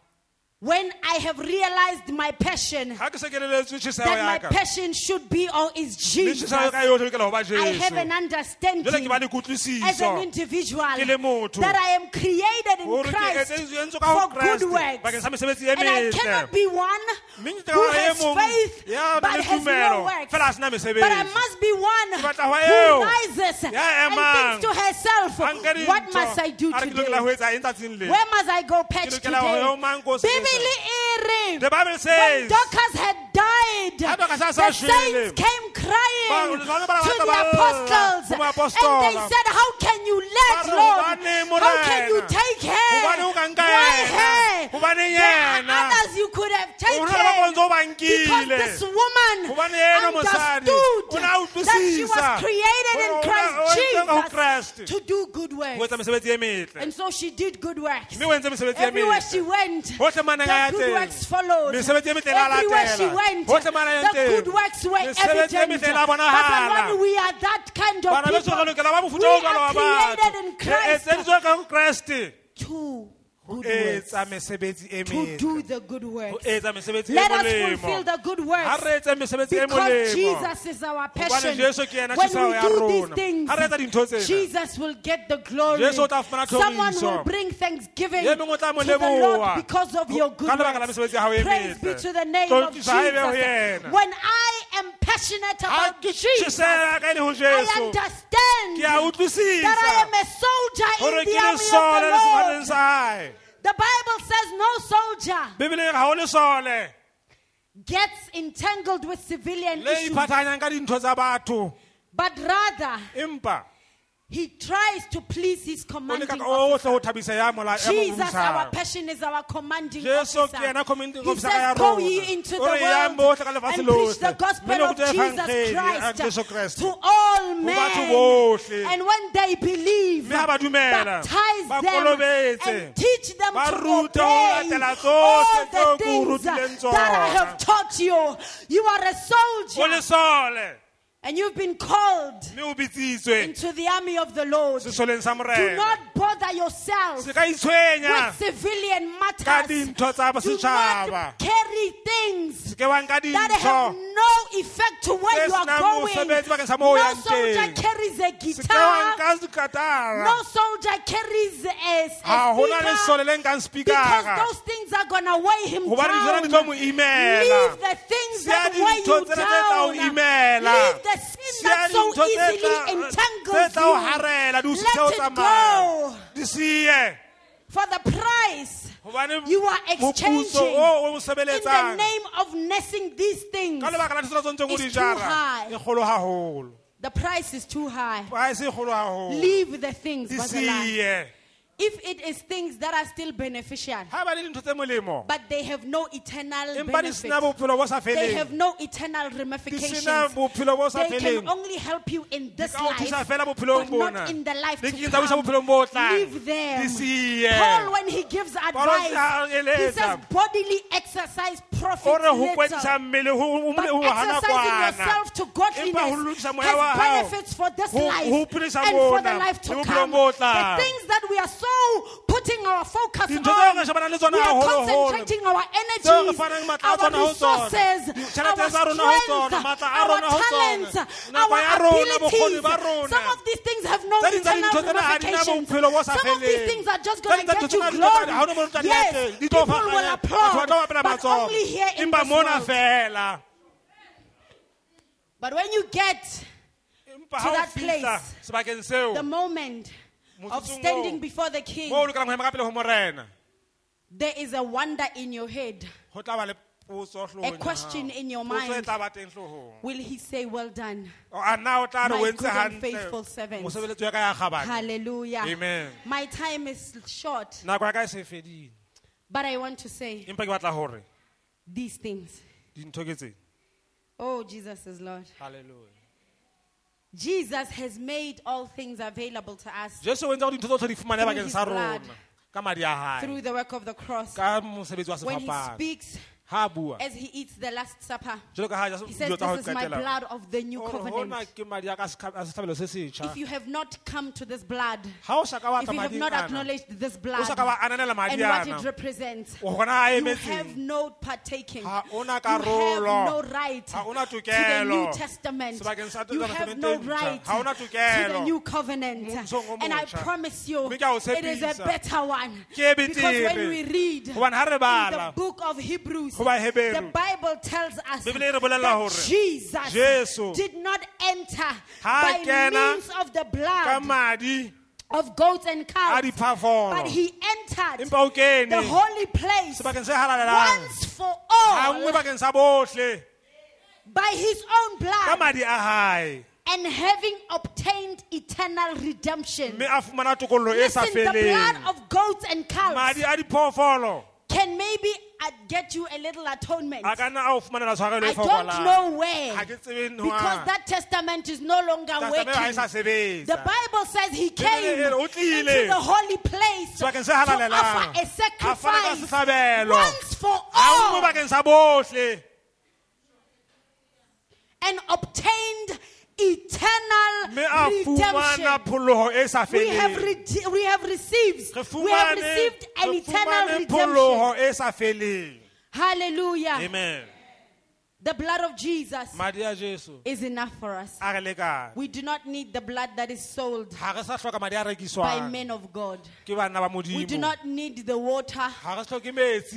S1: When I have realized my passion,
S2: ga ke se keleletswe tšheseo
S1: that my
S2: yaka
S1: passion should be or is
S2: mme
S1: Jesus.
S2: tšheseo ka
S1: I
S2: yotlhe ke le go ba
S1: have an
S2: jeso jele
S1: understanding
S2: ke ba
S1: as
S2: le
S1: an
S2: kutlwisiso
S1: individual
S2: Ke le motho.
S1: that I am created in
S2: gore ke
S1: Christ
S2: etseditswe ka go
S1: for good
S2: keresete bakeng
S1: works.
S2: sa mesebetsi e
S1: And I
S2: metle
S1: cannot be one
S2: Mme ke tla
S1: who
S2: ba e
S1: has
S2: mong
S1: faith
S2: ya nang
S1: but
S2: le
S1: has
S2: tumelo,
S1: no works.
S2: fela a sena mesebetsi.
S1: But I must be
S2: batla ho
S1: one who
S2: eo
S1: rises
S2: ya
S1: and
S2: emang.
S1: thinks to herself,
S2: A nka dintho,
S1: What must I do
S2: a re ke lokela ho
S1: today?
S2: etsa eng tsatsing le
S1: Where must I go patch
S2: Ke lokela ho ya ho mang ko se
S1: today? Bibele e re,
S2: the bible
S1: when
S2: says
S1: Dorcas had died,
S2: Ha Dorcas a
S1: the
S2: sa shwele.
S1: saints came
S2: Ba-
S1: crying to
S2: ba- ba- ba-
S1: the
S2: ba-
S1: apostles.
S2: ho
S1: And they
S2: moapostola.
S1: said, How can you let,
S2: Ba re,
S1: Lord?
S2: "Hobaneng
S1: How can
S2: morena?
S1: you take her?
S2: Hobaneng o ka nka
S1: Why
S2: yena?
S1: her?
S2: Hobaneng
S1: There are
S2: yena?"
S1: others you could have
S2: O na le ba bang
S1: taken.
S2: tseo ba
S1: Because
S2: nkile.
S1: this woman
S2: Hobane ena
S1: understood
S2: mosadi, o ne a
S1: that she was
S2: utlwisisa.
S1: created in
S2: Hore o ne- o
S1: Christ
S2: entswe ka ho
S1: Jesus
S2: Kreste.
S1: to do good
S2: go etsa
S1: works.
S2: mesebetsi e metle
S1: And so she did good works.
S2: mme o entse mesebetsi e
S1: Everywhere she
S2: metle
S1: went,
S2: Hohle mane a
S1: the
S2: ya
S1: good
S2: teng.
S1: works followed.
S2: Mesebetsi e metle e la
S1: Everywhere she
S2: latela.
S1: went,
S2: Hohle mane a yang
S1: the
S2: teng.
S1: good works were
S2: Mesebetsi e
S1: evident.
S2: metle e la
S1: But
S2: bonahala.
S1: when we are that kind of
S2: bana beso
S1: people,
S2: re lokela ba
S1: we
S2: mofuta o jalo
S1: are
S2: wa
S1: created in
S2: batho re
S1: Christ
S2: etseditswe ka ho keresete
S1: to good works,
S2: etsa mesebetsi e
S1: to
S2: metle
S1: do the good
S2: go
S1: works.
S2: etsa mesebetsi e
S1: Let us fulfill
S2: molemo
S1: the good
S2: ga
S1: works.
S2: re etse mesebetsi e
S1: Because
S2: molemo
S1: Jesus is our
S2: Hobane
S1: passion.
S2: Jesu ke yena
S1: When
S2: tjheseho
S1: we
S2: ya
S1: do
S2: rona.
S1: these things,
S2: Ha re etsa dintho tsena,
S1: Jesus will get the glory.
S2: Jesu o tla fumana
S1: Someone
S2: tlhoriso.
S1: will bring thanksgiving
S2: Ye
S1: to
S2: mongwe o tla mo
S1: the Lord
S2: leboha.
S1: because of your good
S2: Ka lebaka la
S1: works.
S2: mesebetsi ya hao e
S1: Praise be
S2: metle.
S1: to the name of
S2: Tlotliso ha ebe ho
S1: Jesus.
S2: yena.
S1: When I am passionate
S2: Ha
S1: about
S2: ke
S1: Jesus.
S2: tjhesela ka le ho
S1: I
S2: Jesu. Ke a
S1: understand that I am
S2: utlwisisa
S1: a soldier
S2: hore
S1: in
S2: ke
S1: the
S2: le sole le
S1: army
S2: sehwaneng
S1: of the Lord.
S2: sa hae.
S1: The Bible says no soldier
S2: Bebele e ga o le sole
S1: gets entangled with civilian
S2: le
S1: issues,
S2: iphathanyang ka dintho tsa batho.
S1: but rather
S2: Empa
S1: he tries to please his
S2: o leka
S1: commanding
S2: ka
S1: officer.
S2: ohle ho thabisa ya mola ya mo
S1: Jesus, our
S2: busang.
S1: passion is our commanding
S2: Jesu
S1: officer.
S2: ke yena commanding
S1: he
S2: officer ya
S1: says, Go
S2: rona.
S1: ye into the
S2: O re yang
S1: world
S2: bohle ka lefatshe
S1: and preach
S2: lohle.
S1: the gospel
S2: Mme le
S1: of
S2: rute
S1: Jesus
S2: evangelii
S1: Christ
S2: ya ah, Jesu Kreste.
S1: to all
S2: Ho batho
S1: men.
S2: bohle.
S1: And when they believe,
S2: Mme ha ba dumela,
S1: baptize
S2: ba
S1: them
S2: kolobetse.
S1: and teach them
S2: Ba
S1: to
S2: rute ho
S1: obey
S2: latela tsohle
S1: all
S2: tseo
S1: the
S2: ke o
S1: things
S2: rutileng
S1: that I
S2: tsona.
S1: have taught you. You are a
S2: o
S1: soldier
S2: le sole
S1: and you've been called
S2: mme o bitsitswe
S1: into the army of the Lord.
S2: sesoleng sa
S1: Do
S2: morena
S1: not bother yourself
S2: se ka itshwenya
S1: with civilian
S2: ka
S1: matters.
S2: dintho tsa
S1: Do
S2: setšhaba
S1: not carry things
S2: se ke wanka
S1: that have
S2: dintho
S1: no effect to where
S2: Yes,
S1: you are
S2: na
S1: going.
S2: mosebetsi bakeng sa moo o
S1: No
S2: yang
S1: soldier
S2: teng.
S1: carries a
S2: se ke wanka
S1: guitar. No
S2: sekatara
S1: soldier carries a, a
S2: ga gona
S1: speaker
S2: lesole le nkang
S1: because
S2: spikara
S1: those things are gonna weigh him
S2: gobane dijona
S1: down.
S2: di tlo mo
S1: Leave
S2: imela
S1: the things
S2: Siya
S1: that weigh
S2: dintho
S1: you
S2: tsena tse tla o
S1: down.
S2: imela.
S1: Leave the sin
S2: Siya
S1: that so
S2: dintho tse
S1: easily
S2: tla- tse
S1: entangles
S2: tla o
S1: you.
S2: harela di o
S1: Let
S2: sitse o
S1: it
S2: tsamaya
S1: go.
S2: di sie
S1: For the price
S2: gobane
S1: You are
S2: moputso
S1: exchanging
S2: o o mo
S1: in the
S2: sebeletsang
S1: name of nursing these things,
S2: ka lebaka la dithoto tse o ntseng o
S1: is
S2: di
S1: too high.
S2: jara e kgolo gagolo
S1: the price is too high.
S2: ga se e kgolo gagolo
S1: Leave the things
S2: di
S1: but the life.
S2: sie
S1: If it is things that are still beneficial,
S2: ga ba le dintho tse molemo
S1: but they have no eternal
S2: empa di sena
S1: benefit,
S2: bophelo bo sa
S1: they have
S2: feleng
S1: no eternal
S2: di sena
S1: ramifications.
S2: bophelo bo sa
S1: They
S2: feleng
S1: can only help you in
S2: di
S1: this
S2: ka o thusa
S1: life,
S2: fela bophelong
S1: but
S2: bona
S1: not in the life
S2: di
S1: to
S2: ke tsa busa bophelong bo
S1: come.
S2: tlang
S1: Leave
S2: di
S1: them.
S2: sie
S1: Paul, when he gives advice, he says bodily exercise profits
S2: o re ho
S1: little.
S2: kwetlisa mmele ho- ho-
S1: But
S2: ho hana
S1: exercising
S2: kwana
S1: yourself to
S2: Empa ho
S1: godliness
S2: lokisa moya wa
S1: has
S2: hao.
S1: benefits for this
S2: Ho-
S1: life
S2: ho
S1: and
S2: phedisa
S1: for the
S2: bona,
S1: life
S2: le
S1: to
S2: bophelo
S1: come.
S2: bo
S1: The
S2: tlang.
S1: things that we are so putting our focus
S2: Dintho tseo re
S1: on,
S2: shebanang
S1: we
S2: le tsona
S1: are
S2: haholoholo.
S1: concentrating our
S2: Tseo re
S1: energies,
S2: fanang matla a
S1: our
S2: tsona ho tsona.
S1: resources,
S2: Ditjhelete
S1: our
S2: tsa rona ho tsona,
S1: strength,
S2: matla a
S1: our
S2: rona ho tsona.
S1: talents,
S2: Nako ya
S1: our
S2: rona, bokgoni ba
S1: abilities.
S2: rona.
S1: Some of these things have no
S2: Tse ding tsa dintho
S1: eternal
S2: tsena ha di na
S1: ramifications.
S2: bophelo bo sa
S1: Some of these
S2: feleng.
S1: things are just
S2: Tse
S1: going
S2: ding
S1: to
S2: tsa
S1: get
S2: dintho
S1: you
S2: tsena di tlo
S1: glory.
S2: tla- ha hona mo di tla di
S1: Yes,
S2: atleng. Di
S1: people
S2: tlo
S1: will
S2: fapana. Batho ba
S1: applaud,
S2: tlo bapela
S1: but
S2: matsoho.
S1: only here in
S2: Empa
S1: this
S2: mona
S1: world.
S2: fela
S1: But when you get
S2: empa
S1: To
S2: ha o
S1: that
S2: fihla
S1: place.
S2: sebakeng seo
S1: the moment of
S2: Motsotsong
S1: standing
S2: oo.
S1: before the king,
S2: mo o lokelang go ema ka pele go morena
S1: there is a wonder in your head.
S2: go tla ba le potso hloohong
S1: A question
S2: ya hao.
S1: in your
S2: Potso e
S1: mind.
S2: tla ba teng hloohong.
S1: Will he say, Well done?
S2: O- a na o tla re
S1: My
S2: o entse
S1: good and
S2: hantle.
S1: faithful servant.
S2: Mosebeletsi wa ka ya kgabane
S1: Hallelujah.
S2: Amen.
S1: My time is short,
S2: nako ya ka e se fedile
S1: but I want to say
S2: empa ke batla gore
S1: these things.
S2: dintho ke tseng
S1: Oh, Jesus is Lord.
S2: Hallelujah.
S1: Jesus has made all things available to us
S2: jesu o entse gore dintho tsotlhe di fumane
S1: Through
S2: bakeng
S1: his
S2: sa
S1: blood.
S2: rona ka madi a
S1: through
S2: gae
S1: the work of the cross.
S2: ka mosebetsi wa
S1: When he
S2: sefapano
S1: speaks
S2: ga a bua
S1: as he eats the Last Supper,
S2: jalo ka ga
S1: he says,
S2: dilo tsa go
S1: This is my
S2: qetela
S1: blood of the new
S2: O re, "Hona
S1: covenant.
S2: ke madi a ka sekha- a setlhabelo se setšha
S1: If you have not come to this blood,
S2: ga o sa ka wa
S1: if you have
S2: tlamading
S1: not
S2: ana
S1: acknowledged this
S2: o
S1: blood
S2: sa ka wa ananela madi
S1: and what
S2: ana
S1: it represents,
S2: o gona a
S1: You have
S2: emetseng
S1: no partaking.
S2: Ha ona
S1: You have
S2: karolo.
S1: no right
S2: Ha ona
S1: to the New
S2: tokelo.
S1: Testament.
S2: Sebakeng sa
S1: You have no
S2: Testamente e ntjha.
S1: right
S2: Ha ona
S1: to the
S2: tokelo.
S1: New Covenant.
S2: Mmusong o
S1: And I
S2: motjha.
S1: promise you,
S2: Mme ke a o
S1: it is a
S2: tshepisa.
S1: better one.
S2: Ke e
S1: Because when
S2: betere.
S1: we read in
S2: Hobane ha re
S1: the
S2: bala,
S1: book of Hebrews,
S2: ho Bahebere,
S1: the Bible tells us
S2: Bebele e re bolella
S1: that
S2: hore
S1: Jesus
S2: Jesu
S1: did not enter
S2: ha
S1: by
S2: kena
S1: means of the
S2: ka
S1: blood
S2: madi
S1: of goats and
S2: a
S1: cows, but
S2: diphafono
S1: he entered
S2: empa o kene
S1: the holy place
S2: sebakeng se halalelang
S1: once for
S2: ga
S1: all
S2: nngwe bakeng sa botlhe
S1: by his own
S2: ka
S1: blood
S2: madi a hae
S1: and having obtained eternal redemption.
S2: mme a fumana tokololo e sa
S1: Listen, the blood
S2: feleng
S1: of goats and cows
S2: madi a diphoofolo
S1: can maybe uh, get you a little atonement.
S2: a ka nna a o fumanela tshwarelo
S1: I
S2: e
S1: don't
S2: fokolang
S1: know where
S2: Ha ke tsebe
S1: because
S2: nna.
S1: that testament is no longer
S2: Testament ha e sa
S1: working. The
S2: sebetsa
S1: Bible says he came
S2: e re, "O tlile
S1: into the holy place to
S2: sebakeng se halalelang
S1: offer a
S2: a fana ka
S1: sacrifice
S2: sehlabelo
S1: once for
S2: ga nngwe
S1: all
S2: bakeng sa botlhe
S1: and obtained eternal
S2: mme a fumana
S1: redemption.
S2: pholoho e sa
S1: We have,
S2: feleng
S1: re- we have received,
S2: Re
S1: we have
S2: fumane-
S1: received an
S2: re
S1: eternal
S2: fumane
S1: redemption. Ah.
S2: pholoho e sa feleng
S1: Hallelujah.
S2: amen
S1: The blood of Jesus
S2: madi a jesu
S1: is enough for us.
S2: a re lekane
S1: We do not need the blood that is sold
S2: ga re sa tlhoka madi a
S1: by
S2: rekiswang
S1: men of God.
S2: ke banna ba
S1: We do
S2: modimo
S1: not need the water
S2: ga re tlhoke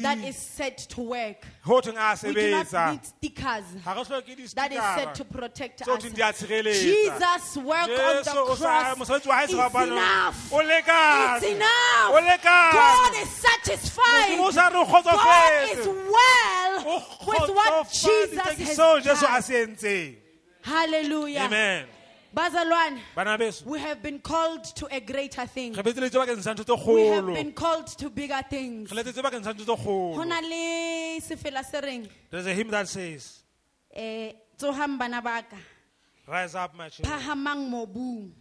S1: that is
S2: metsi
S1: set to work.
S2: go thweng a
S1: We do not
S2: sebetsa
S1: need stickers
S2: ga re tlhoke
S1: that is set
S2: di-sticker-a.
S1: to protect
S2: tso
S1: us.
S2: thweng di a tshireletsa
S1: Jesus' work on
S2: Jesu
S1: the
S2: o sa-
S1: cross
S2: mosebetsi wa hae
S1: is
S2: sebapadi-
S1: enough.
S2: o lekane.
S1: It's
S2: O
S1: enough.
S2: lekane.
S1: God is
S2: Modimo o
S1: satisfied.
S2: sa re o
S1: God
S2: kgotsofetse.
S1: is well
S2: O
S1: with what
S2: kgotsofaditse
S1: Jesus
S2: ke
S1: has
S2: seo Jesu a
S1: done.
S2: se entseng.
S1: Hallelujah.
S2: amen
S1: Bazalwane,
S2: bana beso
S1: we have been called to a greater thing.
S2: re betseletse bakeng sa ntho tse
S1: We have
S2: kgolo
S1: been called to bigger things.
S2: re letsetse bakeng sa ntho tse
S1: Ho
S2: kgolo
S1: na le sefela se reng,
S2: there's a hymn that says
S1: eh, tsohang bana ba ka,
S2: rise up my children
S1: phahamang mobung.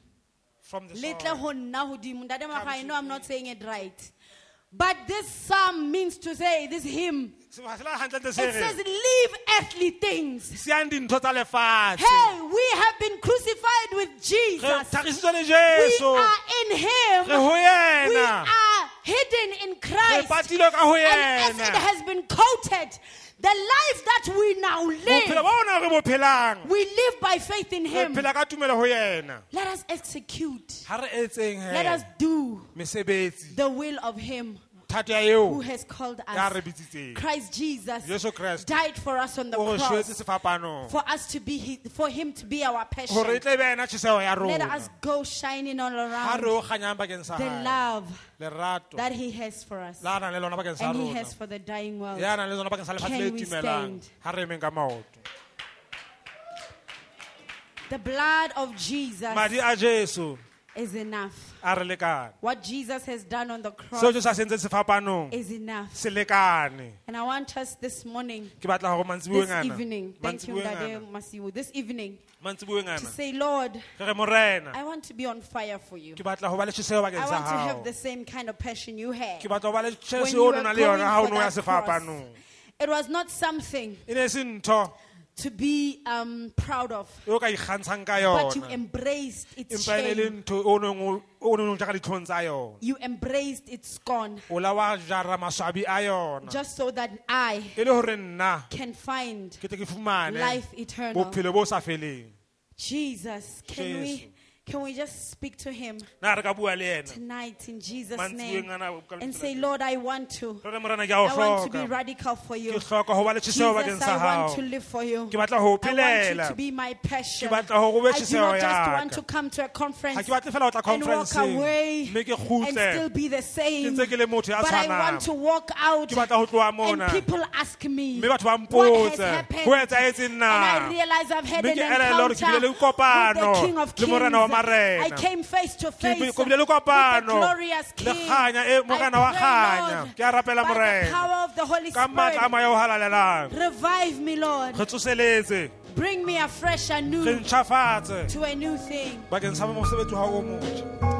S2: from the
S1: Letle
S2: soil."
S1: ho nna hodimo. Ntate Makgwa, I
S2: to
S1: know I'm not saying it right. But this psalm means to say, this hymn,
S2: Se- ha se la hantle ntse se
S1: it
S2: re,
S1: says, leave earthly things.
S2: siang dintho tsa lefatshe
S1: Hey, we have been crucified with
S2: re
S1: Jesus.
S2: thagisitswe le
S1: We
S2: jesu
S1: are in
S2: re
S1: Him.
S2: ho
S1: We
S2: yena
S1: are hidden in
S2: re
S1: Christ.
S2: patilwe ka ho
S1: And as it
S2: yena
S1: has been quoted, the life that we now
S2: bophelo
S1: live,
S2: ba ona re bo phelang
S1: we live by faith in
S2: re
S1: Him.
S2: phela ka tumelo ho yena
S1: Let us execute,
S2: ha re etseng
S1: let us
S2: he
S1: do
S2: mesebetsi
S1: the will of Him
S2: thato ya
S1: who
S2: eo
S1: has called
S2: ya re
S1: us.
S2: bitsitseng
S1: Christ Jesus
S2: Jesu Kreste.
S1: died for us on the
S2: o re shwetse
S1: cross
S2: sefapanong
S1: for us to be his, for him to be our
S2: gore e
S1: passion.
S2: tle be ena tjheseho ya
S1: Let
S2: rona
S1: us go shining all
S2: ha re
S1: around
S2: o kganyang bakeng sa
S1: the
S2: hae
S1: love
S2: lerato
S1: that he has for us
S2: la a nang le lona bakeng sa
S1: and he
S2: rona
S1: has for the dying world.
S2: ya a nang le lona bakeng sa lefatshe
S1: Can
S2: le
S1: we
S2: tumelang
S1: stand?
S2: ha re emeng ka maoto
S1: The blood of Jesus
S2: madi a jesu
S1: is enough.
S2: a re lekane
S1: What Jesus has done on the cross
S2: seo jesu a se ntse sefapanong
S1: is enough.
S2: se lekane
S1: And I want us this morning,
S2: ke batla gore
S1: this
S2: mantsibueng
S1: evening, thank you, Daddy
S2: ana
S1: Masiwu, this evening,
S2: mantsibueng
S1: to
S2: ana
S1: say, Lord,
S2: re re morena
S1: I want to be on fire for you.
S2: ke batla go ba le tjheseho bakeng
S1: I
S2: sa
S1: want to have
S2: hao
S1: the same kind of passion you
S2: ke
S1: had.
S2: batla go ba le
S1: when
S2: tjheseho
S1: you
S2: o
S1: were
S2: nona le
S1: going
S2: yona ha o
S1: for
S2: ne o ya
S1: that cross.
S2: sefapanong
S1: It was not something
S2: e ne e se ntho
S1: to be um, proud of,
S2: e o ka ikgantshang ka
S1: but you
S2: yona
S1: embraced its
S2: empa e ne e le
S1: shame.
S2: ntho o neng o- o neng o ja ka ditlhong tsa yona
S1: You embraced its scorn,
S2: o la wa jara maswabi a yona
S1: just so that I
S2: e le gore nna
S1: can find
S2: ke tle ke fumane
S1: life eternal.
S2: bophelo bo sa feleng
S1: Jesus, can
S2: Jesu.
S1: we can we just speak to Him
S2: na re ka bua le ena
S1: tonight in Jesus'
S2: mantsibueng
S1: name
S2: ana o ka
S1: and
S2: lebitso
S1: say,
S2: la-
S1: Lord, I want to.
S2: re re morena ke a o
S1: I want to be
S2: hloka
S1: radical for
S2: ke
S1: you.
S2: hloka ho ba le tjheseho bakeng
S1: Jesus, I
S2: sa
S1: want to
S2: hao
S1: live for you.
S2: ke batla
S1: I
S2: ho o
S1: want you
S2: phelela
S1: to be my passion.
S2: Ke batla hore o be
S1: I do
S2: tjheseho
S1: not just
S2: ya
S1: want
S2: ka.
S1: to come to a
S2: ga
S1: conference
S2: ke batle fela ho tla
S1: and walk away
S2: conferenceng mme ke
S1: and still
S2: kgutle
S1: be the
S2: ke
S1: same.
S2: ntse ke le motho ya
S1: But I want to
S2: tshwanang
S1: walk out
S2: ke batla ho tloha
S1: and
S2: mona
S1: people ask me
S2: mme batho ba
S1: what has
S2: mpotse
S1: happened.
S2: ho etsahetse
S1: And I
S2: nna
S1: realize I've had
S2: Mme
S1: an
S2: ke elellwa hore
S1: encounter
S2: ke bile le
S1: with
S2: kopano
S1: the King of
S2: le
S1: Kings.
S2: Morena wa Marena.
S1: I came face to face
S2: be-
S1: with
S2: ko bile le
S1: the
S2: kopano
S1: glorious King.
S2: le kganya e- Morena wa
S1: I
S2: kganya.
S1: pray, Lord,
S2: Ke a rapela
S1: by the
S2: Morena.
S1: power of the Holy
S2: ka maatla a
S1: Spirit,
S2: maya o halalelang
S1: revive me, Lord.
S2: re tsoseletse
S1: Bring me afresh and
S2: re
S1: new
S2: ntšhafatse
S1: to a new thing.
S2: bakeng sa mosebetsi wa hao o motjha